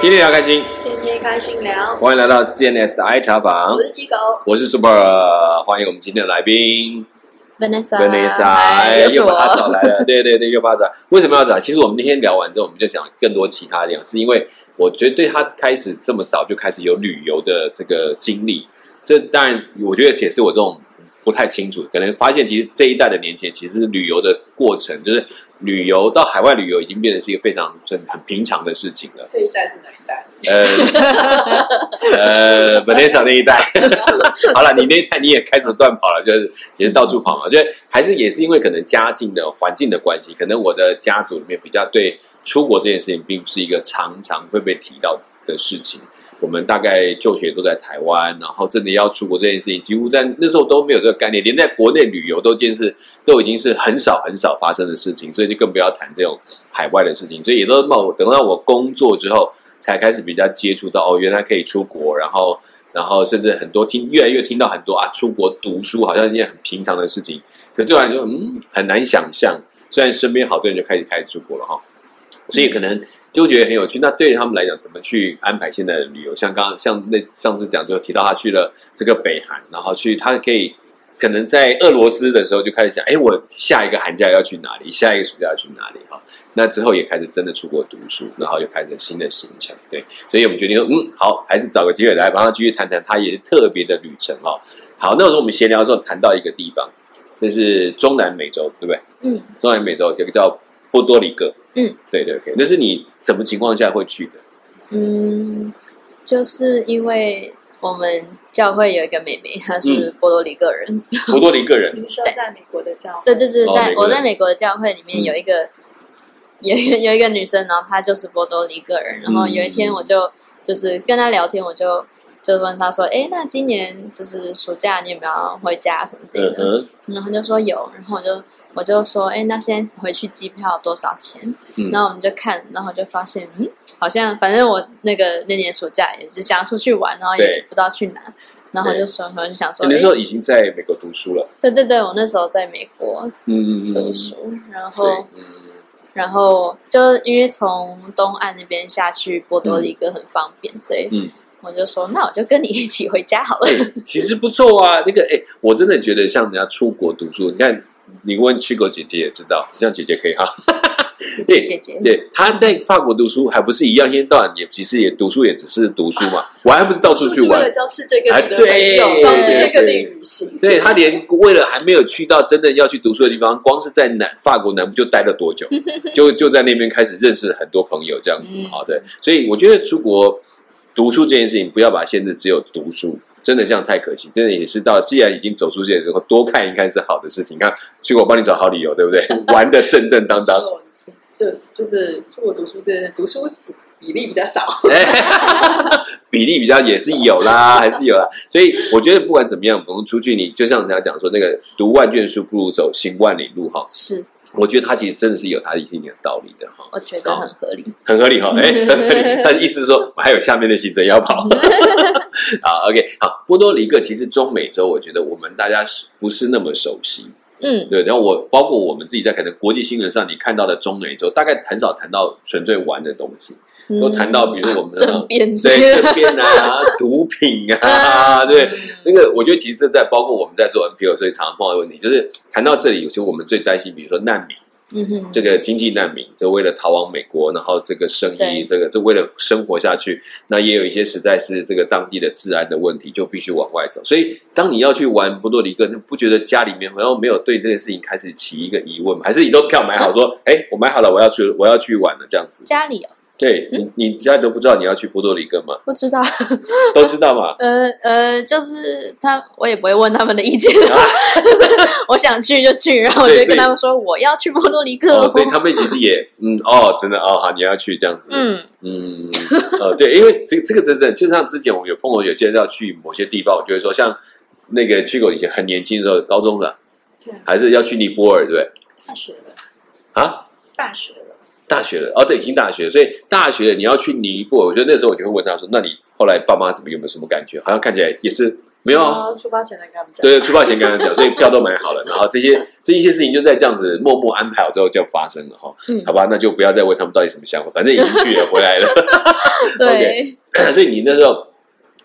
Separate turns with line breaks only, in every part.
天天聊开心，
天天开心聊，
欢迎来到 CNS 的 I 茶房
我，是鸡狗
我是 Super，欢迎我们今天的来宾
Vanessa，
Vanessa，
哎
哎
又是
又把他找
我，
来 了，对对对，又把他找来。为什么要找？其实我们那天聊完之后，我们就讲更多其他的，是因为我觉得对他开始这么早就开始有旅游的这个经历，这当然我觉得也是我这种不太清楚，可能发现其实这一代的年轻人其实旅游的过程，就是旅游到海外旅游已经变成是一个非常很很平常的事情了。
这一代是哪一代？
呃呃，Vanessa 那一代， 好了，你那一代你也开始乱跑了，就是也是到处跑嘛，就是还是也是因为可能家境的环境的关系，可能我的家族里面比较对出国这件事情并不是一个常常会被提到的事情。我们大概就学都在台湾，然后真的要出国这件事情，几乎在那时候都没有这个概念，连在国内旅游都见是都已经是很少很少发生的事情，所以就更不要谈这种海外的事情。所以也都冒等到我工作之后，才开始比较接触到哦，原来可以出国，然后然后甚至很多听越来越听到很多啊，出国读书好像一件很平常的事情，可对我来说，嗯，很难想象。虽然身边好多人就开始开始出国了哈，所以可能就觉得很有趣。那对于他们来讲，怎么去安排现在的旅游？像刚刚像那上次讲，就提到他去了这个北韩，然后去他可以可能在俄罗斯的时候就开始想，哎，我下一个寒假要去哪里？下一个暑假要去哪里？哈，那之后也开始真的出国读书，然后又开始新的行程。对，所以我们决定说，嗯，好，还是找个机会来帮他继续谈谈他也是特别的旅程哦。好，那时候我们闲聊的时候谈到一个地方，那是中南美洲，对不对？
嗯，
中南美洲有个叫波多黎各。
嗯，
对对对，那是你什么情况下会 去的？
嗯，就是因为我们教会有一个妹 妹，她是
嗯
波多黎各人，
波多黎各人
你是说在美国的教
对，就是
哦
在、
美国
我
人
在美国的教会里面
嗯
有一个、 有一个有一个女生，然后她就是波多黎各人，然
嗯
后有一天我就、就是跟她聊天，我就就问她说，哎，那今年就是暑假你有没有回家什么之类
嗯
的？
哼，
然后就说有，然后我就我就说，哎，那现在回去机票多少钱？
嗯
然后我们就看，然后就发现，嗯，好像反正我那个那年暑假也是想出去玩，然后
对
也不知道去哪，然后
对
就说，我就想说，
你那时
诶
候已经在美国读书了。
对对对，我那时候在美国
嗯嗯嗯，
读书，然
对，
后
嗯，
然后就因为从东岸那边下去波多黎各很方便，所以
嗯
我就说，那我就跟你一起回家好了。
哎其实不错啊。那个，哎、我真的觉得像人家出国读书，你看，你问去狗姐姐也知道，像姐姐可以哈。
姐姐姐姐，
对，他在法国读书还不是一样，一天到晚也其实也读书，也只是读书嘛。我还不是到处去
是为
玩
了，交世界各地的
哎
朋
对
友，到世界各地旅行。
对他连为了还没有去到真的要去读书的地方，光是在南法国南部就待了多久，就就在那边开始认识很多朋友这样子
嗯。
好的，所以我觉得出国读书这件事情，不要把它限制只有读书。真的这样太可惜，真的也是到既然已经走出去了之后，多看一看是好的事情。你看，去我帮你找好理由，对不对？ 玩的正正当当，
就就是出国读书，这读书比例比较少。
比例比较也是有啦，还是有啦。所以我觉得不管怎么样，我们出去你就像人家讲说，那个读万卷书不如走行万里路哈。
是
我觉得他其实真的是有他一定的道理的哈，
我觉得很合理。
很合理哈。哎、很合理。但意思是说，我还有下面的行程要跑。 好，OK，好。波多黎各其实中美洲，我觉得我们大家是不是那么熟悉。
嗯，
对，然后我包括我们自己在可能国际新闻上你看到的中美洲，大概很少谈到纯粹玩的东西，都
嗯
谈到比如我们的
政变
所以这边啊，毒品啊，对，那个我觉得其实这在包括我们在做 NPO，所以常常碰到的问题，就是谈到这里，有些我们最担心，比如说难民，
嗯哼，
这个经济难民，就为了逃往美国，然后这个生意，
对
这个就为了生活下去，那也有一些实在是这个当地的治安的问题，就必须往外走。所以当你要去玩波多黎各，你不觉得家里面好像没有对这件事情开始起一个疑问吗？还是你都票买好说，哎、我买好了，我要去，我要去玩了这样子？
家里哦，
对你，你家里都不知道你要去波多黎各吗？
不知道，
都知道嘛？
呃呃，就是他，我也不会问他们的意见， 就是我想去就去，然后我
啊对所
就
以
跟他们说我要去波多黎各
哦，
哦，
所以他们其实也，嗯，哦，真的哦，好，你要去这样子，
嗯
嗯，呃，对，因为这这个真正就像之前我们有碰过，有些人要去某些地方，我就会说，像那个去过以前很年轻的时候，高中的
对，
还是要去尼泊尔，对不对？
大学了，
啊，
大学了，
大学了，哦，对，已经大学了，所以大学了你要去尼泊尔，我觉得那时候我就会问他说，那你后来爸妈怎么有没有什么感觉？好像看起来也是没有啊，，
出发前来跟他们讲。
对，出发前跟他讲，所以票都买好了，然后这些这一些事情就在这样子默默安排好之后就发生了哈，
嗯
好吧，那就不要再问他们到底什么想法，反正已经去了回来了，
对，
所以你那时候。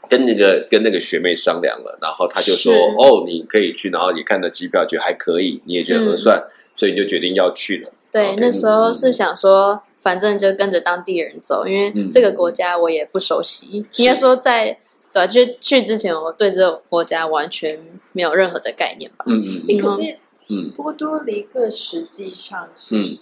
跟那个跟那个学妹商量了，然后她就说
是：“
哦，你可以去，然后你看了机票觉得还可以，你也觉得
嗯
合算，所以你就决定要去了。
对
OK，，
那时候是想说，反正就跟着当地人走，因为
嗯
这个国家我也不熟悉，应该说在。对啊，就去之前，我对这个国家完全没有任何的概念吧。
嗯”嗯
诶
嗯
嗯
可是
嗯，
波多黎各实际上是
嗯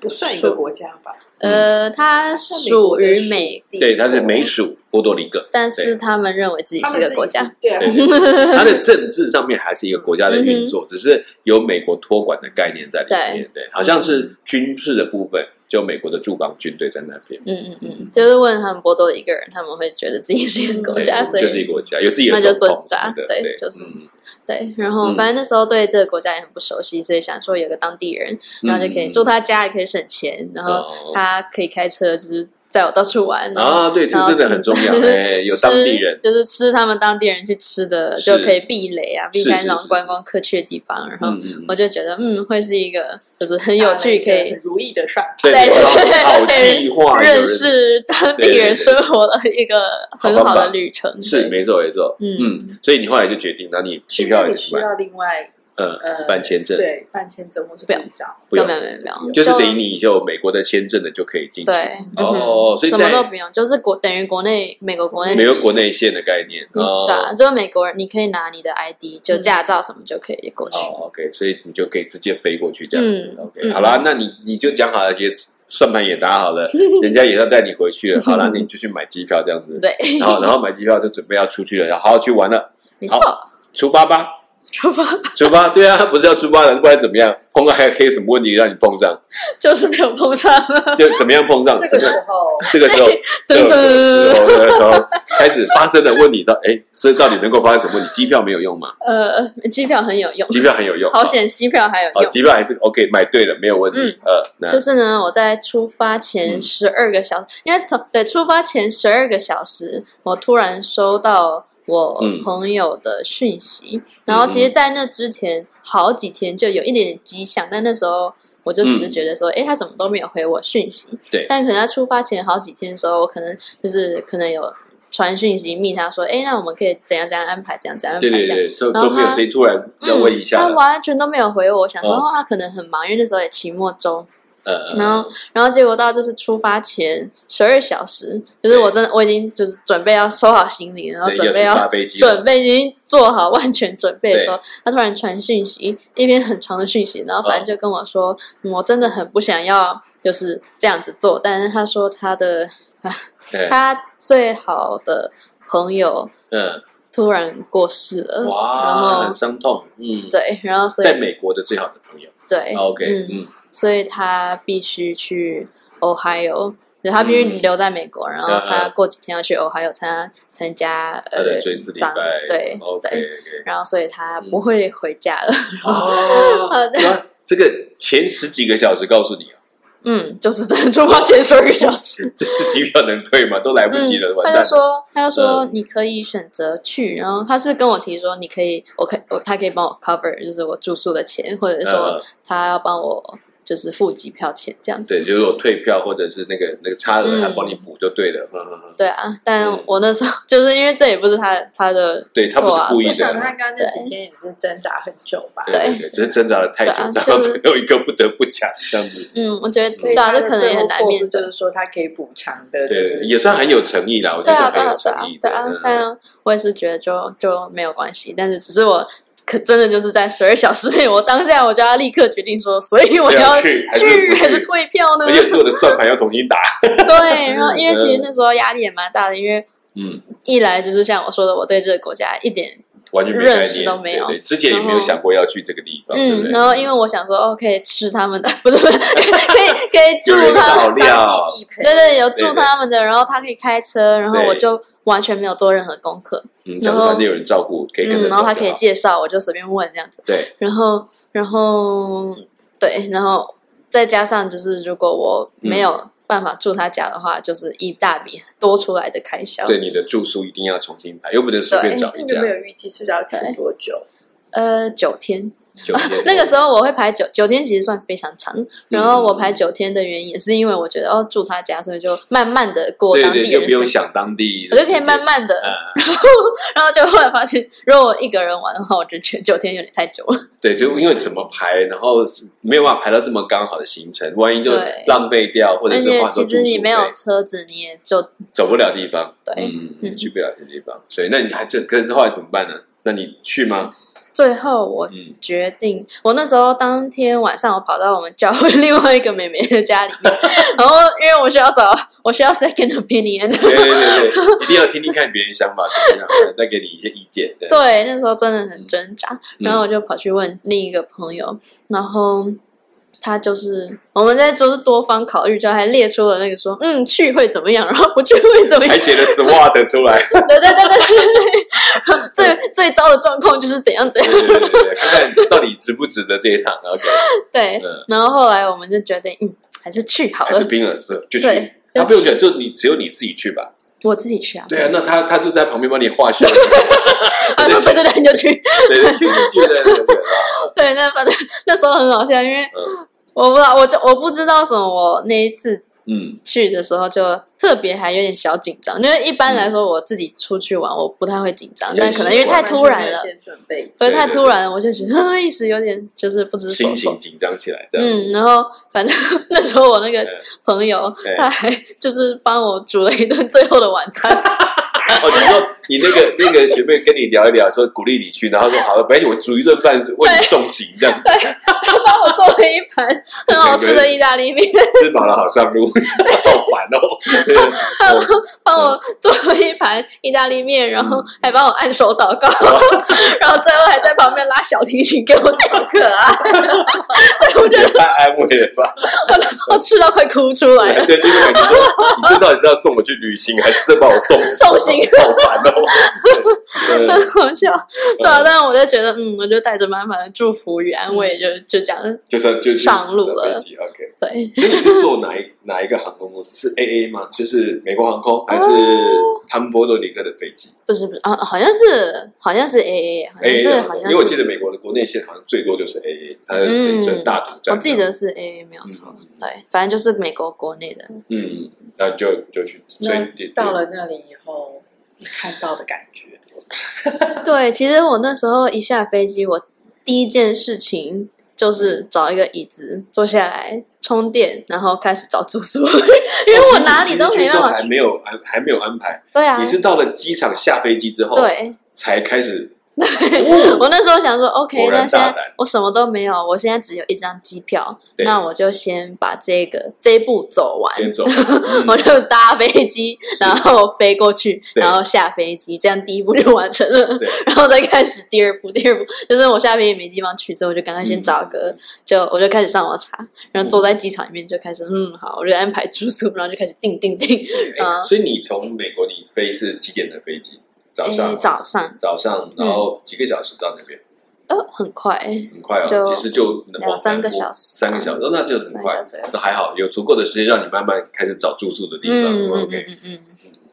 不算一个国家吧？
呃，它属于美，
地
对，她是美属波多黎各，
但是他们认为自己
他
是
们
个国家
自。己，对啊
对，，对对它的政治上面还是一个国家的运
嗯
作，只是有美国托管的概念在里面。对，好像是军事的部分，就美国的驻港军队在那边，
嗯嗯嗯，就是问他们波多一个人，他们会觉得自己是一个国
对
家，所
嗯
以
就是一个国家，有自己的
那就
总统
尊大
什么的
对
对，
就是
嗯
对，然后
嗯
反正那时候对这个国家也很不熟悉，所以想说有个当地人，然后就可以住他家，也可以省钱，然后
嗯哦
他可以开车，就是载我到处玩，然后
啊，对，这
然后
真的很重要，哎，有当地人
吃，就是吃他们当地人去吃的，
是
就可以避雷啊，避
是
开
是
那种
是
观光客去的地方。然后
嗯嗯
我就觉得，嗯，会是一个就是很有趣，可以
很如意的算法。
对，
对
有
对对
好计划，有
认
人
识当
对
地
对
人
对
生活的一个很
好方
好的
法
旅程。
是
对
没错没错，
嗯
嗯，所以你后来就决定，那你机
现
票
在
也
你
是
需
买，
要另外
嗯，
呃
办签证，
对，办签证或是护照，
不
没有没
用，
有没有没有，
就是
就
等于你有美国的签证的就可以进去，
对，嗯哼
哦，所以
什么
在
都不用，就是国等于国内美国国内
没有国内线的概念，
你
哦
对啊，就是美国人，你可以拿你的 ID，就
嗯
驾照什么就可以过去。
哦，OK，所以你就可以直接飞过去这样子。
嗯
OK，
嗯
好啦，那你你就讲好了，也算盘也打好 了，人家也要带你回去了。好啦，你就去买机票这样子，
对，
然后然后买机票就准备要出去了，要好好去玩了，
没错，
出发吧，
出发
出发， 对啊，不是要出发了，不然怎么样？碰到还可以什么问题让你碰上？
就是没有碰上，
就怎么样碰 上？
这个
怎么
时候
这个时候，这
对
个时
噔
候，这个时候开始发生的问题到，哎，这到底能够发生什么问题？机票没有用吗？
呃，机票很有用，
机票很有用，哦
好险，机票还有
好，
用。
机票还是 OK，买对了没有问题
嗯。
呃，那
就是呢，我在出发前
嗯
十二个小时，应该从对出发前十二个小时，我突然收到我
嗯
朋友的讯息，然后其实，在那之前好几天就有一点点迹象，但那时候我就只是觉得说，诶，他怎么都没有回我讯息？
嗯对
但可能在出发前好几天的时候，我可能就是可能有传讯息密他说，诶，那我们可以怎样怎样安排，怎样怎样安排
对
这
对
样。
对，都
然后
都没有
他嗯
谁突然要问一下
他
了。
完全都没有回我，我想说、
哦
哦，他可能很忙，因为那时候也期末周，
嗯嗯
然
嗯
后，然后结果到就是出发前十二小时，就是我真的我已经就是准备要收好行李，然后
对
准备
呃要
要
去 搭飞机了
准备已经做好万全准备的时候，他突然传讯息，一篇很长的讯息，然后反正就跟我说，嗯我真的很不想要就是这样子做，但是他说他的
对
他最好的朋友
嗯，
突然过世了，嗯然
哇，很
后
伤痛，嗯，
对，然后所
在
以
美国的最好的朋友
对
啊，OK，
嗯
嗯，
所以他必须去 Ohio，就他必须
嗯
留在美国，然后他过几天要去 Ohio 参参加
他
呃
在追思礼
葬
拜，
对
，OK
对，
OK，
然后所以他不会回家了，
哦，
啊对
那这个前十几个小时告诉你啊，
嗯，就是真的出发前十二个小时，
这这机票能退吗？都来不及了，
嗯，
完蛋
他就
了。
说他就说你可以选择去，然后他是跟我提说你可以，我可以我他可以帮我 cover 就是我住宿的钱，或者
呃
说，他要帮我就是付机票钱这样子。
对，就是有退票或者是那个那个差额，
嗯
他帮你补就对了。嗯嗯嗯，
对啊，但
嗯
我那时候就是因为这也不是他他的
对他不是
错啊
故意
我
的
想他刚刚那几天也是挣扎很久吧。
对对对，只是挣扎了太久，
对
扎
啊
到
就是
最后一个不得不讲这样子。
嗯，我觉得
所以
对啊，
他
这
的
可能也
最后
很难
措施
面
就
对。
是说，他可以补偿的，就
对，
是
也算很有诚意啦，我觉
对
得
啊，
是
对
很
啊，
有
对
诚
啊
意，的。
对啊
嗯。
但我也是觉得就就没有关系，但是只是我可真的就是在十二小时内，我当下我就要立刻决定说，所以我
要
要
去还是不
去还是
去
退票呢
而？且是我的算盘要重新打。
对，然后因为其实那时候压力也蛮大的，因为
嗯，
一来就是像我说的，我对这个国家一点
完全没概
认识
念，
都没有
对对之前也没有想过要去这个地方，对不
嗯，
对？
然后因为我想说，哦，可以吃他们的， 不是不是，可以可以住
有人
他
照料，
当地地陪
对对，有
对
住
对
他们的，然后他可以开车，然后
对
我就完全没有做任何功课，
嗯，
然
想
后
说反正有人照顾，可以跟着
嗯，然后他可以
见，
介绍，我就随便问这样子，
对，
然后
嗯
然后对，然后再加上就是如果我没有办法住他家的话，就是一大笔多出来的开销。
对，你的住宿一定要重新排，又不能随便
哎
对
找一家
没有预计是要去
对
多久？
呃，九天，
酒店。
那个时候我会排九九天，其实算非常
嗯
长。然后我排九天的原因也是因为我觉得哦住他家，所以就慢慢的过
对
当地
对，
人
就不用
生活
想当地
我
的
就
时
可以
间，
慢慢的，
嗯。
然后就后来发现，如果我一个人玩的话，我就觉得九天有点太久了。
对，就因为怎么排，然后是没有办法排到这么刚好的行程，万一就
对
浪费掉，或者
而
是
且
花说
其
住
实
宿
你没有
费
车子，你也就
走不了地方，
对
嗯，
嗯
去不了这地方，所以那你还这可是后来怎么办呢？那你去 吗？
最后我
嗯，
决定，我那时候当天晚上，我跑到我们教会另外一个妹妹的家里面，然后因为我需要找，我需要 second opinion。
对对对对，一定要听听看别人想法怎么样，再给你一些意见。对，
对，那时候真的很挣扎，
嗯
然后我就跑去问另一个朋友，然后他就是我们在就是多方考虑之后，还列出了那个说，嗯，去会怎么样，然后不去会怎么样
还，写了 SWOT 出来，
对对对对对对，最最糟的状况就是怎样怎样，
对对对对，看看到底值不值得这一趟。OK，
对
嗯，
然后后来我们就决定，嗯，还是去好
还是
了，
冰了，是就去
对。
他
就
不用
去
讲，就你只有你自己去吧。
我自己去啊，
对啊，那他他就在旁边帮你画像，
他说对对对，你就去。
对对，去去去，对对对。
对，那反正 那时候很好笑，因为我不知道，我就我不知道什么，我那一次
嗯，
去的时候就特别还有点小紧张，因为一般来说我自己出去玩我不太会紧张，
嗯
但可能因为太突然了，
先准备，
所以太
对对嗯
突然了，我就觉得 一时有点就是不知所
心
措
情。紧张起来，这样。
嗯，然后反正 那时候我那个朋友
嗯，
他还 就是帮我煮了一顿最后的晚餐，
哦，你说你那个那个学妹跟你聊一聊，说鼓励你去，然后说好了，而且我煮一顿饭为你送行，这样
对，他帮我做了一盘很好 吃的意大利面，
吃饱了好上路，好烦哦。对哦
帮我做了一盘意大利面，然
嗯
后还帮我按手祷 告，然后最后还在旁边拉小提琴给我啊跳。
可爱，
对，我觉
也
得
太安慰了吧？
我哦吃到快哭出来 了。
对，因为你说你这到底是要送我去旅行，还是在把我送
送行
好烦哦。对
很好笑，
嗯
对啊，但是我就觉得，嗯，我就带着满满的祝福与安慰，就
嗯
就这样，
就算就去
上路了
搭飞机 OK，
对，
所以你是坐哪一哪一个航空公司？是 AA 吗？就是美国航空，还是
哦
他们波多黎各的飞机
不是不是啊，好像是好像是 A A，好像
？AA，
是
的航
好
空
像
因为我记
是，嗯
得美国的国内线好像最多就是 AA，它的一个大啊独占。
我记得是 A A 没有错，对，反正就是美国国内的，
嗯，那你就就去，所
那
以你
到了那里以后，看到的感觉，
对，其实我那时候一下飞机，我第一件事情就是找一个椅子坐下来充电，然后开始找住宿，因为我哪里都没
其
办法
实
去。
还没有还还没有安排。
对啊
你，是到了机场下飞机之后，，
对，
才开始。
我那时候想说，OK，
果然
那现在
大胆
我什么都没有，我现在只有一张机票，
对
那我就先把这个这一步走完。
先走，嗯
我就搭飞机，然后飞过去，
对
然后下飞机，这样第一步就完成了
对。
然后再开始第二步， 第二步就是我下飞机没地方去，所以我就赶快先找个，
嗯
就我就开始上网查，然后坐在机场里面就开始，嗯，好，我就安排住宿，然后就开始订订订。
哎所以你从美国你飞是几点的飞机？早
哎
上，
早嗯上，
早上，然后几个小时到那边，
呃，很快，
很快哦，
就
其实就往
两三
南部
个小时
三个小时，哦那就是很快
三个小时左右，
那还好，有足够的时间让你慢慢开始找住宿的地
嗯嗯
方。
嗯
OK，
嗯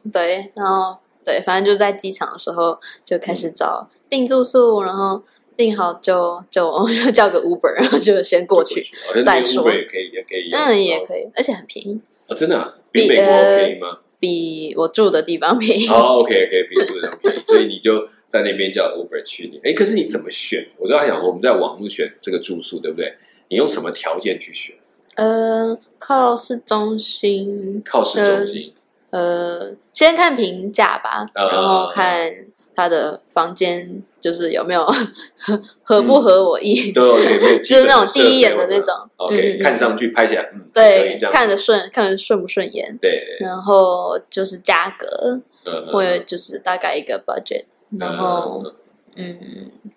嗯，对，然后对，反正就在机场的时候就开始找订住宿，然后订好就就 就叫个 Uber，然后就先过去。，
好像
再
那
说
Uber 也可以，也可以，
嗯，也
以，
可以，而且很便宜，
哦真的啊
比
比美国
呃
便宜吗？
比我住的地方便宜。
哦，OK，OK，比住的便宜，所以你就在那边叫 Uber 去你。哎，可是你怎么选？我在想，我们在网络选这个住宿，对不对？你用什么条件去选？
呃，靠市中心，
靠市中心，
呃，先看评价吧，
呃
然后看他的房间就是有没 有合不合我意，
都有有没有基本嗯的
嗯 就是那种第一眼的
设备
那
有没有
种，
OK，
嗯嗯
看上去拍起来，嗯，可以
对
这，样
看着顺，看着顺不顺眼，
对对，对
然后就是价格，
嗯嗯
我也就是大概一个 budget，然后
嗯
嗯，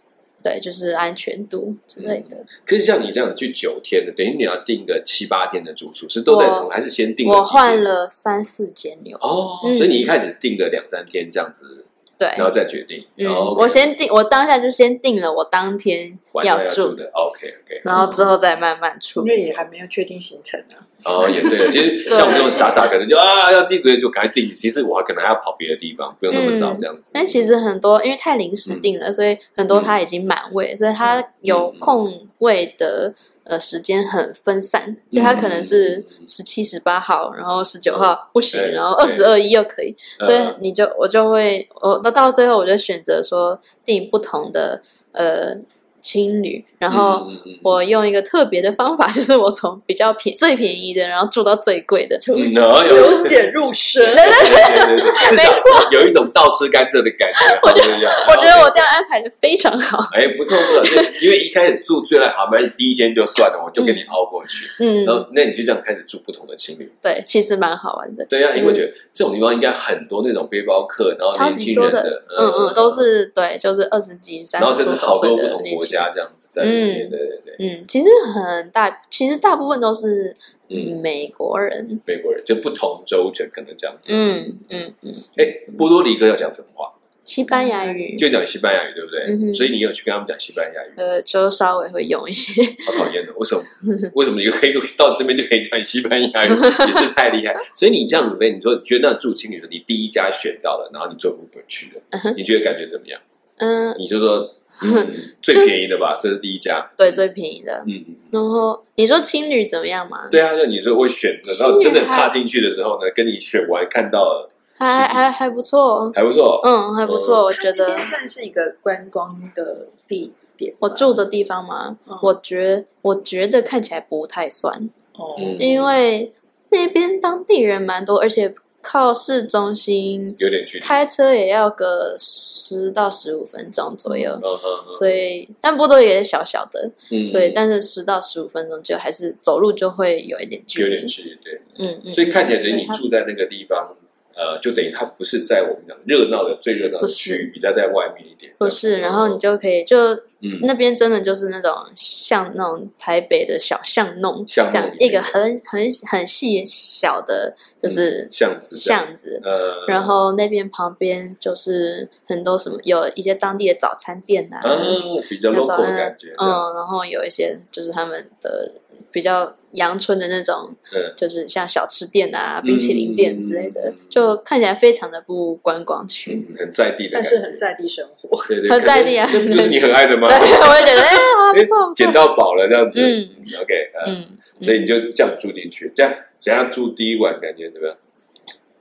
对，就是安全度之类的。
可是像你这样去九天的，等于你要订个七八天的住宿，是都在
我
同还是先订？
我换。了三四间牛，
哦，
嗯
所以你一开始订个两三天这样子，
对，
然后再决定。
嗯，
哦
我先定，我当下就先定了我当天
晚上
要
要嗯
住，
的，OK OK，
然后之后再慢慢处
因。为也还没有确定行程啊。
哦也对，其实像我们这种傻傻，可能就啊要记主意就赶快定，其实我还可能还要跑别的地方，不用那么早
嗯
这样子。
但其实很多，因为太临
嗯
时定了，所以很多他已经满位，所以他有空位的呃时间很分散，就他
嗯
可能是十七、十八号，然后十九号不行，
对嗯
然后二十二一又可以，所以你就我就会我那到最后我就选择说订不同的呃青旅，然后
嗯嗯嗯嗯
我用一个特别的方法， 就是我从比较便最便宜的，然后住到最贵的，
嗯哪有
由俭入
对对对
奢，
对对，至少有一种倒吃甘蔗的感觉。我觉得
我觉得我这样安排的非常好。
哎不错不错，对因为一开始住最烂好，不然第一天就算了，我就给你熬过去。
嗯，
然后那你就这样开始住不同的情侣。
对，其实蛮好玩的，
对呀、因为我觉得这种地方应该很多那种背包客，然后
嗯超
年轻
级
人
多
的，
嗯嗯，都。是对，就是二十几、三
啊然后
十
甚至
出头
好
岁
多不
的
同
年
国
轻人。
家这样子在里面，对对对，
嗯，其实很大，其实大部分都是
嗯，
美国人。
美国人就不同州就可能这样子。
嗯嗯嗯，
哎，波多黎各要讲什么话？
西班牙语，
就讲西班牙语，对不对？
嗯哼
所以你有去跟他们讲西班牙语，
呃，就稍微会用一些。
好讨厌的，哦为什么？ 为什么你可以到这边就可以讲西班 牙语，也是太厉害。所以你这样子呗，你说你觉得那住青旅的，你第一家选到了，然后你做 Uber 去的，你觉得感觉怎么样？
嗯，
你就说、 嗯、最便宜的吧，这是第一家。
对，最便宜的。
嗯，嗯，嗯
然后你说青旅怎么样嘛？
对啊，就你说我选择，然后
啊
真的踏进去的时候呢，跟你选完看到了，
还还还不错，
还不错。
嗯，还不错，我
它
觉
那
得
边。算是一个观光的地点
啊
吧。
我住的地方嘛
嗯，
我觉我觉得看起来不太算，
哦，
嗯，
因为那边当地人蛮多，而且靠市中心，
有点距离。
开车也要个十到十五分钟左右
嗯。嗯
所以，但波多也是小小的，
嗯，
所以但是十到十五分钟就还是走路就会有一点距
有点
离。
距离，对。
嗯嗯，
所以看起来
嗯
等于你
对它
住在那个地方。呃，就等于它不是在我们讲热闹的最热闹的
不是
区域，比较在外面一点。
不是，然后你就可以就
嗯，
那边真的就是那种像那种台北的小巷弄，这
巷弄
样
里面嗯
一个很很很细小的就是
巷子这样，
巷子，
呃，
然后那边旁边就是很多什么，有一些当地的早餐店啊，
嗯，比较
那种
local 的感觉，
嗯，然后有一些就是他们的比较阳春的那种，
嗯
就是像小吃店啊、冰淇淋店之类的
嗯，
就看起来非常的不观光 区。
嗯，很在地的
但
感
是很
觉，
在地生活，
对对，
很
可能
在地啊
这不就是你很爱的吗
对，？我也觉得哎，好
哎
不错，不
捡
错。
到宝了这样子，
嗯
，OK，呃
嗯，
所以你就这样住进去，这样怎样住第一晚感觉怎么样？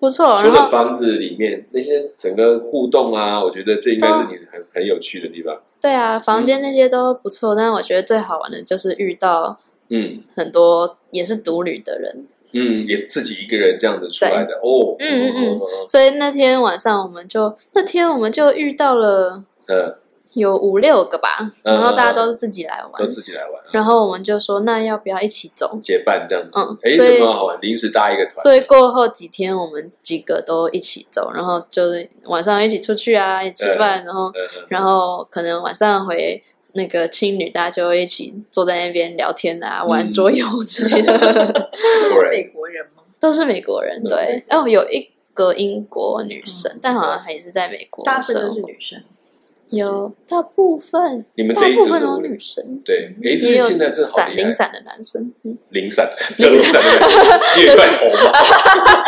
不错。
除
哦然
了
后
房子里面那些整个互动啊，我觉得这应该是你很很有趣的地方。
对啊，房间那些都不错，但是我觉得最好玩的就是遇到
嗯
很多也是独旅的人。
嗯，也自己一个人这样子出来的哦，
嗯嗯嗯
哦，哦
所以那天晚上我们就那天我们就遇到了
哦
有五六个吧，
嗯
然后大家都是自己来玩
嗯，，都自己来玩，
然后我们就说那要不要一起走？
结伴这样子
嗯，
哎，
所以
这蛮好玩，临时搭一个团，
所以过后几天我们几个都一起走，然后就是晚上一起出去啊，一起吃饭，然后
嗯嗯
然后可能晚上回。那个青旅，大家就一起坐在那边聊天啊，
嗯
玩桌游之类的，
都
果
是
然
美国人吗？
都是美国人。对
对，嗯
哦，有一个英国女生，但好像还是在美国
大部
生
分都
活
是。女生，
有大部分，
你们这
大
一
部
组
分
的
都
五
是女生，
对，哎，这
也有
现在真的好
闪
厉
零
害，
散的男生，嗯
零散，叫零散的人，你有一块头嘛，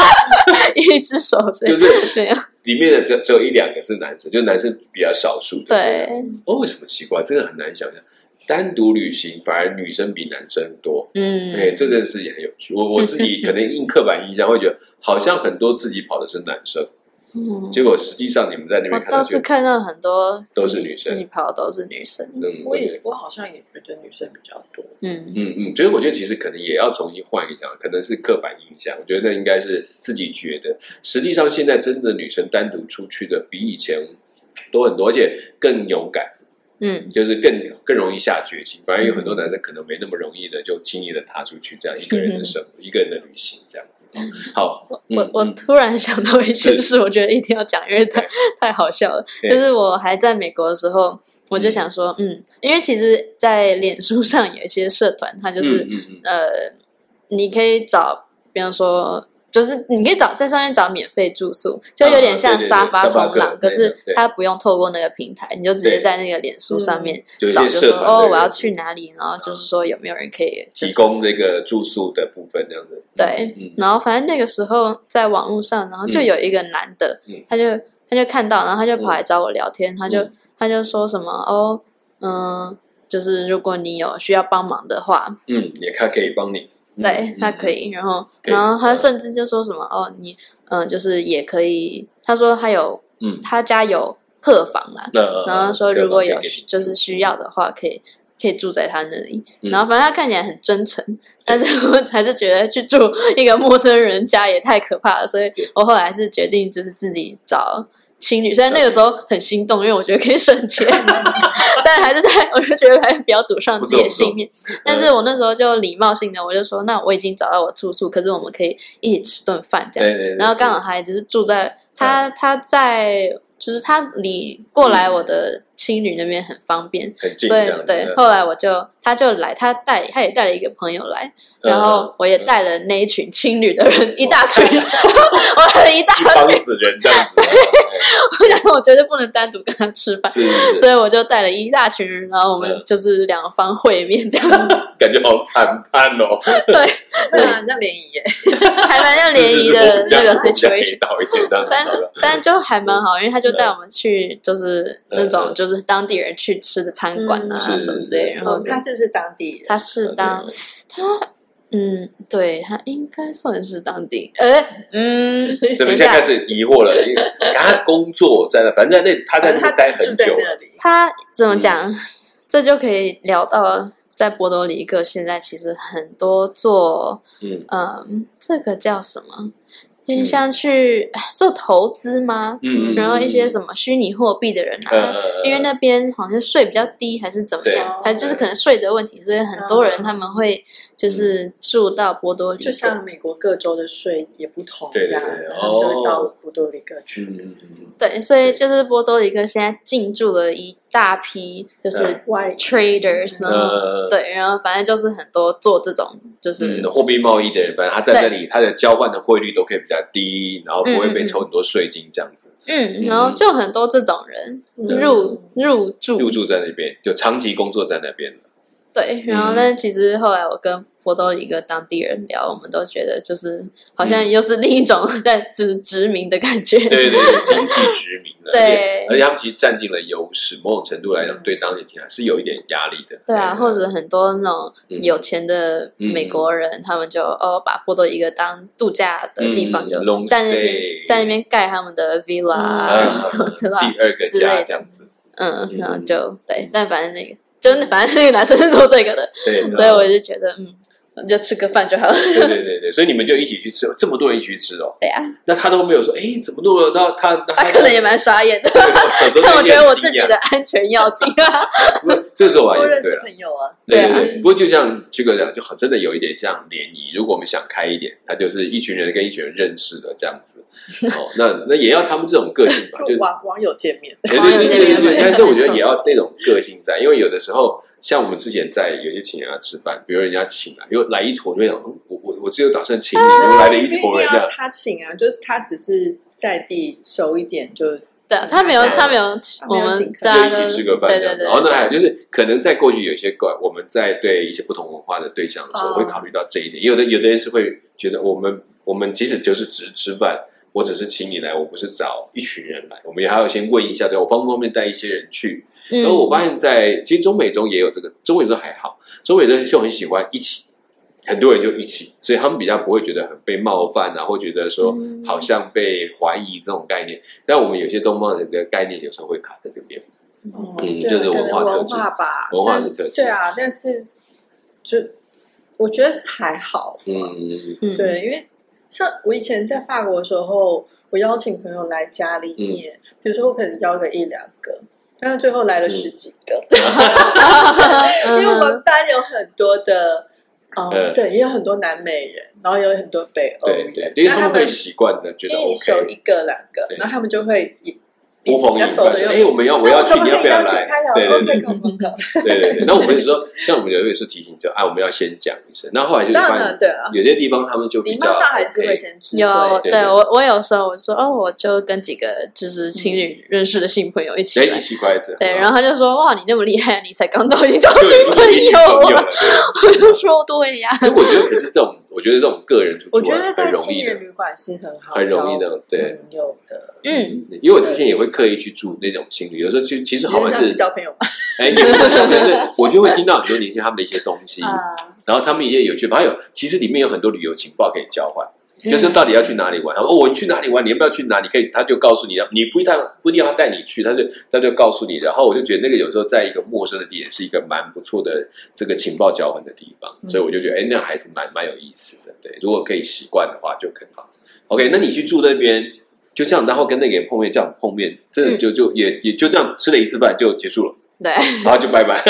一只手所以
就是
没有。
里面的只只有一两个是男生，就男生比较少数的。
对，
哦，为什么奇怪？这个很难想象，单独旅行反而女生比男生多。
嗯，
哎、这件事也很有趣。我 我自己可能印刻板印象会觉得，好像很多自己跑的是男生，
嗯
结果实际上你们在那
我
边看
倒
到
是
就
看到很多自己
都是女生
自己跑的都是女生。
嗯
我也我好像也觉得女生比较多，
嗯
嗯嗯，所以我觉得其实可能也要重新换一下，可能是刻板印象。我觉得那应该是自己觉得，实际上现在真的女生单独出去的比以前多很多，而且更勇敢，
嗯，
就是更更容易下决心。反而有很多男生可能没那么容易的就轻易的踏出去，这样一个人的 生活，一个人的旅行这样子。好，嗯
我我
嗯
突然想到一件
是
事，我觉得一定要讲，因为太
对
太好笑了。
对
就是我还在美国的时候，我就想说，嗯，因为其实，在脸书
嗯
上有一些社团，它就是
嗯嗯嗯
呃，你可以找，比方说就是你可以找在上面找免费住宿，就有点像
啊对对对
沙发冲浪，
沙发客
可是
对对
它不用透过那个平台，你就直接在那个脸书上面
嗯有一
找，
些
就
社
说
团
哦
的
我
人
要去哪里，然后就是说有没有人可以就
提
是
供这个住宿的部分这样子。
对
嗯，
然后反正那个时候在网络上，然后就
嗯
有一个男的，
嗯
他就他就看到，然后他就跑
嗯
来找我聊天，他就、
嗯
他就说什么哦，嗯，就是如果你有需要帮忙的话，
嗯，也他可以帮你。嗯
对
嗯
他可以，然后
可以
然后他
嗯
甚至就说什么哦，你嗯，就是也可以，他说他有
嗯，
他家有客房啦，
那
然后说如果有
可以
需就是需要的话，可以可以住在他那里。
嗯
然后反正他看起来很真诚，但是我还是觉得去住一个陌生人家也太可怕了，所以
对
我后来是决定就是自己找。情侣，虽然
了解
那个时候很心动，因为我觉得可以省 钱，但还是在我就觉得还是不要嗯赌上自己的性命。但是我那时候就礼貌性的，我就说，那我已经找到我住宿，可是我们可以一起吃顿饭这样。
对对对，
然后刚好
对
他也就是住在他他在就是他离过来我的青旅那边很方便，
很近
所
这样
以
子，
对
嗯，
后来我就他就来，他带他也带了一个朋友来，
嗯
然后我也带了那一群青旅的人一
哦
大 群，我了一大
一帮
群，
子人这 样子，
我想说我绝对不能单独跟他吃饭。
是是是
所以我就带了一大群人，然后我们
嗯
就是两方会面这样子，
感觉好谈判哦，
对啊，像联谊耶，
还蛮像联谊的那个 situation。
导一点这样子，
但是但就还蛮好，因为他就带我们去就是
嗯
那种
嗯
就是当地人去吃的餐馆啊
嗯是
什么之类
是
的，然后
是
哦他是不是当地人？
他是当他。嗯，对他应该算是当地，哎，嗯，
这
等
边
一
现在开
下，
始疑惑了，因为他工作在那，反正在那他在那
他
边待很
住在
久
那
了，
里，
他怎么讲？这就可以聊到在波多黎各现在其实很多做，
嗯
嗯，这个叫什么？有点像去哎做投资吗？
嗯嗯，
然后一些什么虚拟货币的人啊，
呃，
因为那边好像税比较低，还是怎么样，
对
还就是可能税的问题，所以很多人
嗯
他们会就是住到波多黎
就
各。
像美国各州的税也不同，
对对
呀，
对
然后就
哦
会到波多黎各去。
嗯嗯
对，所以就是波多黎各现在进驻了一大批就是
外
traders，
嗯
然后
呃。
对，然后反正就是很多做这种就是
嗯，货币贸易的人，反正他在那里，他的交换的汇率都可以比较低，然后不会被抽很多税金这样子。
嗯，然后就很多这种人
嗯
入入住
入住在那边，就长期工作在那边
对，然后
嗯
但其实后来我跟波多黎各当地人聊，我们都觉得就是好像又是另一种 在就是殖民的感觉。
嗯对对对，经济殖民 了，
对
而且而且他们其实占尽了优势，某种程度来讲，对当地其他是有一点压力的。
对啊，或者很多那种
嗯
有钱的美国人，他们就哦把波多黎各当度假的地方，
嗯
就
long
在那边
stay
在那边盖他们的 villa 啊
嗯
然后什么之类，
第二个
之类
家
的
这样子，
嗯，然后
嗯
就对，但反正那个就是反正那个男生是做这个的，
对，
所以我就觉得嗯，就吃个饭就好 了。
对对对对，所以你们就一起去吃，这么多人一起去吃哦，
对啊，
那他都没有说，哎，怎么弄了？那他他
他可能也蛮傻眼的。
有 时候
但我
就
觉得
很
我
惊
自己
讶
的安全要紧啊。
不这时候啊
都
也
认
是对
识
了。
朋友啊，
对
对啊
对对，不过就像曲哥讲，就很真的有一点像联谊。如果我们想开一点，他就是一群人跟一群人认识的这样 子。哦，那那也要他们这种个性吧，就
就网网友见面，
对
网
对
友
对
见
对
面
对
会，
但是我
没
觉得
错
也要那种个性在，因为有的时候像我们之前在有些请人家吃饭，比如人家请来，因为来一坨，你会想，嗯我我我只有打算 请
哎
你，怎么来了一
不一
坨
定
人这
要
样？
他请啊，就是他只是在地熟一点，就
嗯
对啊，他没有，他没有，我
没有请
们
客
大家
就
都
一起吃个饭
对
这
对
样。
对。嗯
然后呢，
对
还有就是，可能在过去有些个我们在对一些不同文化的对象的时候，
哦
会考虑到这一点。有的有的人是会觉得，我们我们即使就是只吃饭，我只是请你来，我不是找一群人来，我们也还要先问一下，对我方不方便带一些人去？
嗯
然后我发现在，其实中美洲也有这个，中美洲还好，中美洲就很喜欢一起，很多人就一起，所以他们比较不会觉得很被冒犯啊，或觉得说
嗯
好像被怀疑这种概念。但我们有些东方人的概念有时候会卡在这边，
嗯
嗯
对
这是
可
文
能
化特
文
质
化吧，
文化
但
是特质
对啊，但是就我觉得还好，
嗯
嗯，
对，因为像我以前在法国的时候，我邀请朋友来家里
嗯
面，比如说我可能邀个一两个，但是最后来了十几个，
嗯，
因为我们班有很多的。哦、
呃
对，也有很多南美人，然后也有很多北欧
对
人
对，，因为
那
他
他
们会
们
习惯的，觉得
因为你
OK，
熟一个两个
对，
然后他们就会一彼
呼
此
朋
比
引
较熟
伴，
的
说
又，
哎，我们要我要去，
那
你
们
要不
可以
要
邀请
来
他？呀？
对
我说
对
可
对
以，可以可以可以
对对对，那我们有时候像我们有一次提醒，就啊，我们要先讲一声。那后来就
当
发
然了
现，
对啊，
有些地方他们就比
礼
较
貌上还是会
OK
先知会
有
对
对
对
我，我有时候我说哦，我就跟几个就是情侣认识的新朋友一起
哎
来
一，起筷子，
对，然
后
后他就说哇，你那么厉害，你才刚到已 经当
就是
新
已经一群
友
朋友
了
了。。
我就说对呀，
其实我觉得，可是这种，我觉得这种个人出
我
去
觉得
玩很
在
容
青
易
年
的，
旅馆是很好，
很容易，的，对。
朋友的。
嗯，
因为我之前也会刻意去住那种情侣，有时候去其实好玩
你觉得那
是
是，交朋友吧
哎，有时候就是我就会听到很多年轻人他们的一些东西，
啊，
然后他们一些有趣，还有其实里面有很多旅游情报可以交换，就是到底要去哪里玩。他说哦，我去哪里玩，你要不要去哪里？可以，他就告诉你，你不一定不一定要带你去，他就他就告诉你。然后我就觉得那个有时候在一个陌生的地点是一个蛮不错的这个情报交换的地方，所以我就觉得哎，那还是蛮蛮有意思的。对，如果可以习惯的话就很好。OK，那你去住那边。就这样，然后跟那个人碰面，这样碰面，真的就就也也就这样吃了一次饭就结束了，
对。
然后就拜拜。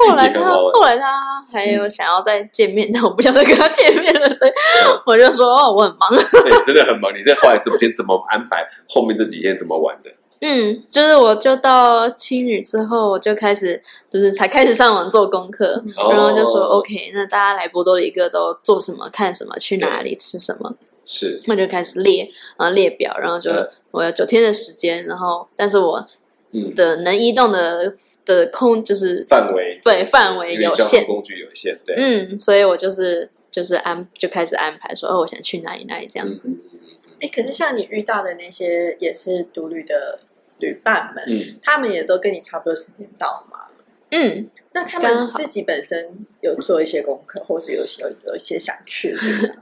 后来
也很
他
好玩
后来他还
嗯
有想要再见面，但我不想再跟他见面了，所以
嗯
我就说哦，我很忙。
对，真的很忙。你这后来怎么怎么安排后面这几天怎么玩的？
嗯，就是我就到青旅之后，我就开始就是才开始上网做功课，
哦
然后就说 OK，那大家来波多黎各都做什么、看什么、去哪里、吃什么，
是
那就开始列呃列表，然后就
嗯
我有九天的时间，然后但是我
嗯，
的能移动的的空就是
范围
对范围
因为
有
交通
限，
工具有限，对，
嗯，所以我就是就是安就开始安排说哦，我想去哪里哪里这样子。
嗯
哎，可是像你遇到的那些也是独旅的旅伴们，
嗯，
他们也都跟你差不多时间到嘛？
嗯，
那他
刚
们
好
自己本身有做一些功课，或是有有有一些想去的地方，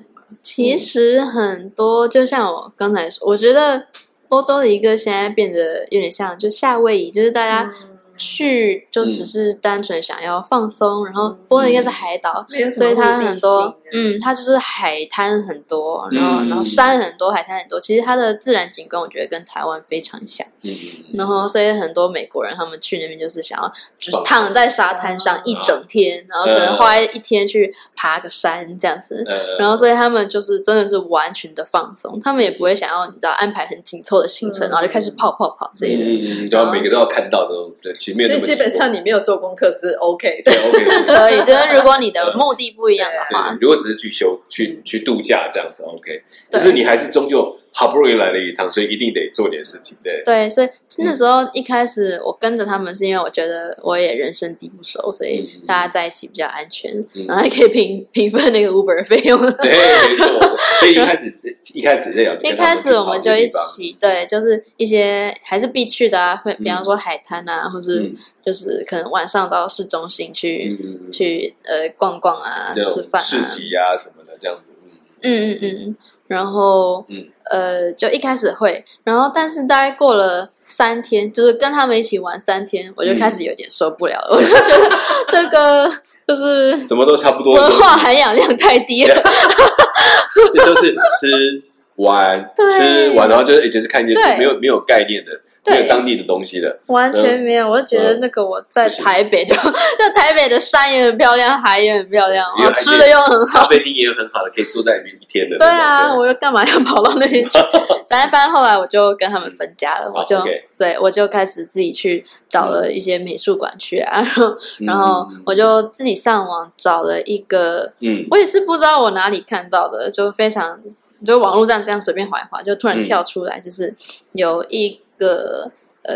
其实很多就像我刚才说，我觉得波多黎各现在变得有点像就夏威夷，就是大
嗯
家去就只是单纯想要放松，然
嗯
后波多黎各是海岛。
没有什
所
么
以它
目的
很多
性，的
嗯，它就是海滩很多，然后
嗯
然后山很多，海滩很多。其实它的自然景观，我觉得跟台湾非常像。
嗯
然后，所以很多美国人他们去那边就是想要，就是
放啊嗯
躺在沙滩上一整天，然后可能花一天去爬个山这样子。
呃，
然后，所以他们就是真的是完全的放松，他们也不会想要你知道安排很紧凑的行程，
嗯
然后就开始跑跑跑之类的。
嗯，然后每个都要看到这种，对，其实没有
所
那
以
么
基本上你没有做功课是 OK 的。
对 OK，
是
对，
可以，就是如果你的目的不一样的话，
如果只是去休去去度假这样子 OK，可
对
是你还是终究好不容易来了一趟，所以一定得做点事情，对，
对，所以
嗯
那时候一开始我跟着他们，是因为我觉得我也人生地不熟，所以
嗯
大家在一起比较安全，
嗯
然后还可以平平分那个 Uber 费 用。
对，没错。所以一开始一开始这样，
一开始我们就一起对，就是一些还是必去的啊，会比方说海滩啊，或是
嗯
就是可能晚上到市中心去、
嗯
去呃逛逛啊，
这
吃
种
饭
市
啊，
集啊什么的这样子，嗯
嗯嗯嗯，然后
嗯
呃就一开始会，然后但是大概过了三天，就是跟他们一起玩三天，我就开始有点受不了了，我就觉得这个就是
什么都差不多，
文化含氧量太低了。
这就是吃玩
对
吃玩，然后就是以前是看电视，
对
没有没有概念的，
对
没有当地的东西的，
完全没有，我觉得那个我在台北就， 那台北的山也很漂亮，海也很漂亮，
也
然后吃的又很
咖
好。
啡厅也有很好的，可以坐在里面一天的那
对
种。
啊，我又干嘛要跑到那边去？反正反正后来我就跟他们分家了，我就、
OK
对我就开始自己去找了一些美术馆去啊，然后
嗯
然后我就自己上网找了一个，
嗯
我也是不知道我哪里看到的，就非常就网络上这样随便划一划，就突然
嗯
跳出来，就是有一个呃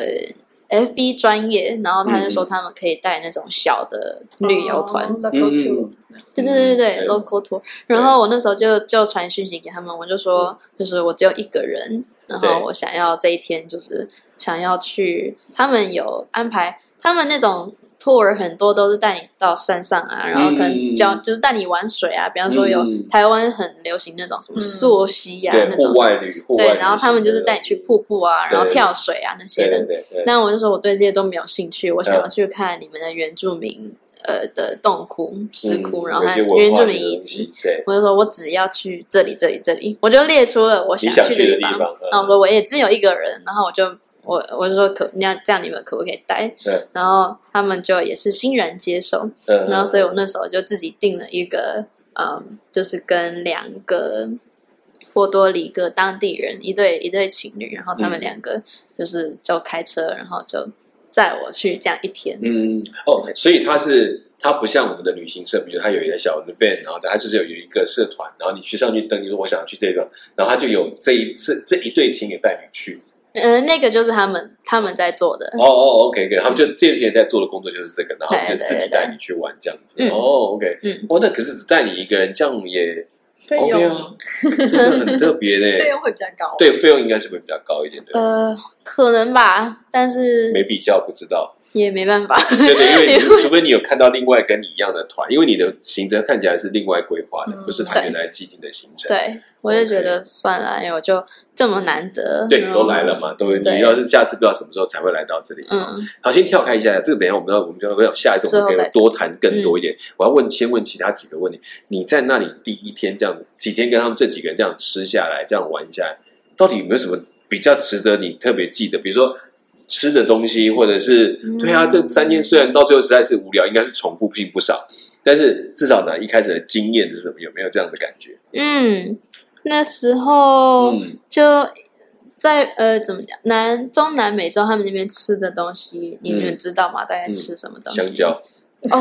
FB 专业，然后他
嗯
就说他们可以带那种小的 旅游团，
哦，local tour
对对对对、
嗯
l o c a l tour。然后我那时候就就传讯息给他们，我就说就是我只有一个人，然后
嗯对
我想要这一天就是想要去，他们有安排，他们那种 tour 很多都是带你到山上啊，然后可能教、就是带你玩水啊，比方说有
嗯
台湾很流行那种什么
嗯
溯溪呀、
对
那
户
种，
外旅户外旅
对，
行
然后他们就是带你去瀑布啊，然后
对
跳水啊那些
对
的
对，对对，
那我就说我对这些都没有兴趣，我想要
嗯
去看你们的原住民呃的洞窟、石窟，
嗯
然后
有一
还
些
有
文化
原住
的
民遗
东西
迹。
对，
我就说我只要去这里、这里、这里，我就列出了我
你
想
想去
的
的地
方
方。
那
嗯
我说我也只有一个人，然后我就我我就说可那样这样你们可不可以带
对？
然后他们就也是欣然接受，
嗯
然后所以我那时候就自己定了一个，嗯，就是跟两个波多黎各当地人，一对一对情侣，然后
嗯
他们两个就是就开车，然后就载我去这样一天。
嗯，哦，所以它是它不像我们的旅行社，比如它有一个小的 van，然后它就是有有一个社团，然后你去上去登，你说我想去这个，然后它就有这一这这一对情侣带你去。
嗯、那个就是他们他们在做的，
哦哦，OK OK，他们就这些人在做的工作就是这个，然后就自己带你去玩这样子。
对对对对嗯
哦，OK，
嗯，
哇，那可是只带你一个人，这样也
费
OK
用
啊，真的很特别
费
呢。
用会比较高。
对，费用应该是会比较高一点的，
呃，可能吧，但是
没比较不知道。
也没 办法。
对对，因为你除非你有看到另外跟你一样的团，因为你的行程看起来是另外规划的，
嗯
不是他原来既定的行程。
对，我就觉得算了，因为我就这么难得，
对，
然
你
后
都来了嘛，都
对
你要是下次不知道什么时候才会来到这里。
嗯，
好，先跳开一下，这个等一下我们要我们就会有下一次我们可
之后
以
再嗯
多谈更多一点。我要问先问其他几个问题，你在那里第一天这样子，几天跟他们这几个人这样吃下来，这样玩下来，到底有没有什么比较值得你特别记得？比如说。吃的东西，或者是、
嗯
对啊，这三天虽然到最后实在是无聊，应该是重复性不少，但是至少呢，一开始的经验是什么？有没有这样的感觉？
嗯，那时候
嗯
就在呃，怎么讲？南中南美洲他们那边吃的东西，你
嗯
们知道吗？大概吃什么东西？
香蕉，
哦，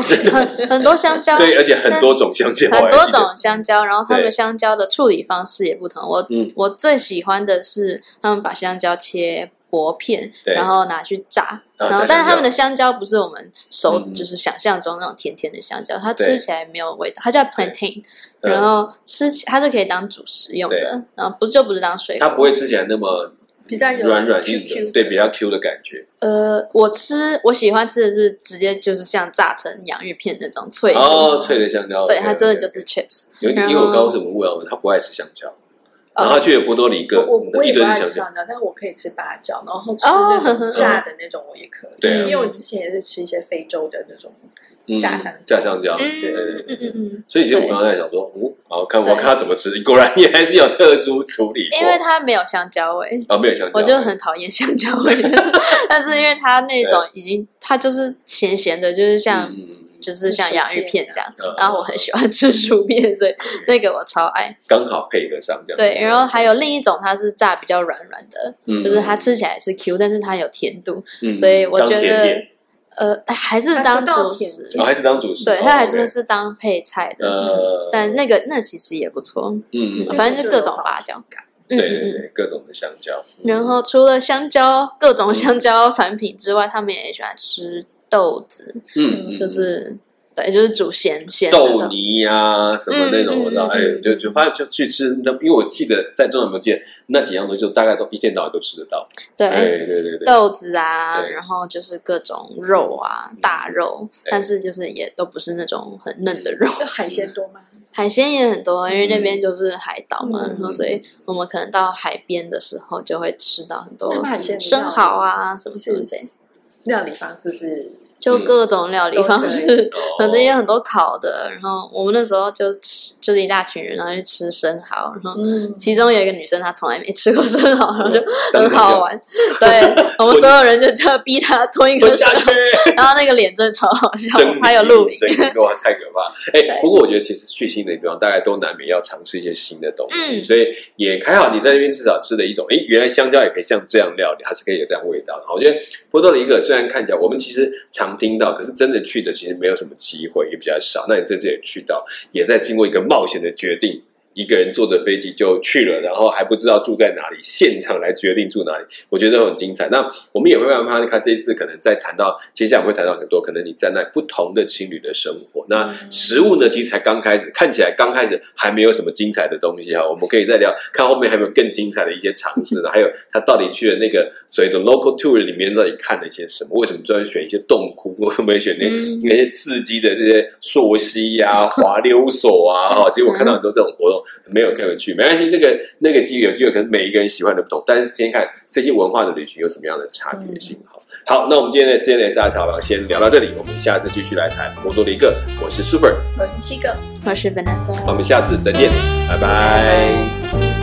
很很多香蕉，
对，而且很多种香蕉，
嗯很
我
多
还记得
种香蕉，然后他
对
们香蕉的处理方式也不同。我、
嗯
我最喜欢的是他们把香蕉切薄片，
对
然后拿去炸。
啊
然
炸
后
香，
但是他们的香蕉不是我们熟，
嗯
就是想象中那种甜甜的香蕉，它
对
吃起来没有味道，它叫 plantain，
嗯
然后吃起它是可以当主食用的，然后不就不是当水
它
果。
不会吃起来那么
比较有
软软硬
Q
的，
Q
对，比较 Q 的感觉。
呃，我吃我喜欢吃的是直接就是像炸成洋芋片那种脆的，
哦，脆的香蕉，
对，
OK，
它真的
OK，
就是 chips。
有一点，
然
因为我刚刚
后
为什么问啊？他不爱吃香蕉，
哦
然后他去了波多黎各
我我，我
一
也
堆
不
是
爱
香
吃
蕉，
香蕉，但我可以吃芭蕉，然后吃那
哦
种炸
嗯
的那种我也可以，
对啊
因为我之前也是吃一些非洲的那种，
嗯
炸香蕉
炸香蕉，对
嗯
对
嗯
对。
嗯嗯嗯。
所以其实我
对
刚刚在想说，嗯，好看我
对
看他怎么吃，果然也还是有特殊处理
因为
过。
它没有香蕉味，
啊，没有香蕉，
我就很讨厌香蕉味，但是但是因为它那种已经它就是咸咸的，就是像、
嗯嗯嗯
就是像洋芋片这样
嗯嗯，
然后我很喜欢吃薯片，所以那个我超爱。
刚好配合上这样。
对，然后还有另一种它是炸比较软软的，
嗯
就是它吃起来是 Q，但是它有甜度，
嗯
所以我
当
觉
甜
得
点
呃还是
它
当
不到
主
甜
食
哦，还是当主食，
对，
哦
它还是
OK
是当配菜的，
呃，
但那个那其实也不错，
嗯嗯，
嗯
反正就各种芭蕉。嗯
对对
嗯嗯。
对，各种的香蕉，
然后除了香蕉各
嗯
种香蕉产品之外，他们也喜欢吃豆子，
嗯，嗯嗯
就是对，就是煮咸咸的
豆
那种。
泥呀、什么那种，
嗯嗯
我知道，
嗯
哎，
嗯
就就发现就去吃那，因为我记得在中有没有记得那几样东西，就大概都一天到晚都吃得到。
对，
哎，对 对对，
豆子啊，
对
然后就是各种肉啊，大肉
哎，
但是就是也都不是那种很嫩的肉。
嗯
就海鲜多吗？
海鲜也很多，因为那边就是海岛嘛，
嗯
然后所以我们可能到海边的时候就会吃到很多
那么海鲜
哦生蚝啊什么什
是
么的，
料理方式是
就各种料理方
都可
式。
哦
反正也有很多烤的，然后我们那时候就吃，就是一大群人，然后去吃生蚝，然后
嗯，
其中有一个女生她从来没吃过生蚝，然后就
当
很
然
好玩。对我们所有人就就逼她吞一
就
颗
吞
生
下
蚝，
去，
然后那个脸真的超好笑
真，
还有录影。
真哇，啊太可怕！哎，不过我觉得其实去新的地方，大概都难免要尝试一些新的东西，
嗯
所以也还好。你在那边至少吃了一种，哎，原来香蕉也可以像这样料理，它是可以有这样味道的。我觉得波多黎各虽然看起来我们其实常听到，可是真的去的其实没有什么机会，也比较少。那你在这里去到，也在经过一个冒险的决定。一个人坐着飞机就去了，然后还不知道住在哪里，现场来决定住哪里，我觉得都很精彩。那我们也会慢慢看这一次，可能在谈到接下来我们会谈到很多，可能你站在不同的情侣的生活。那食物呢，其实才刚开始，看起来刚开始还没有什么精彩的东西哈，我们可以再聊，看后面还有没有更精彩的一些尝试呢？还有他到底去了那个所谓的 local tour 里面到底看了一些什么？为什么专门选一些洞窟？为什么选那
嗯
那些刺激的这些溯溪呀、滑溜索啊，哈，其实我看到很多这种活动没有跟人去，没关系，那个那个机会有机会，可能每一个人喜欢的不同，但是先看这些文化的旅行有什么样的差别性。好，好，那我们今天的 CNSR 茶聊先聊到这里，我们下次继续来谈波多黎各。我是 Super，
我是七个。
我是 Vanessa。
我们下次再见，拜拜
拜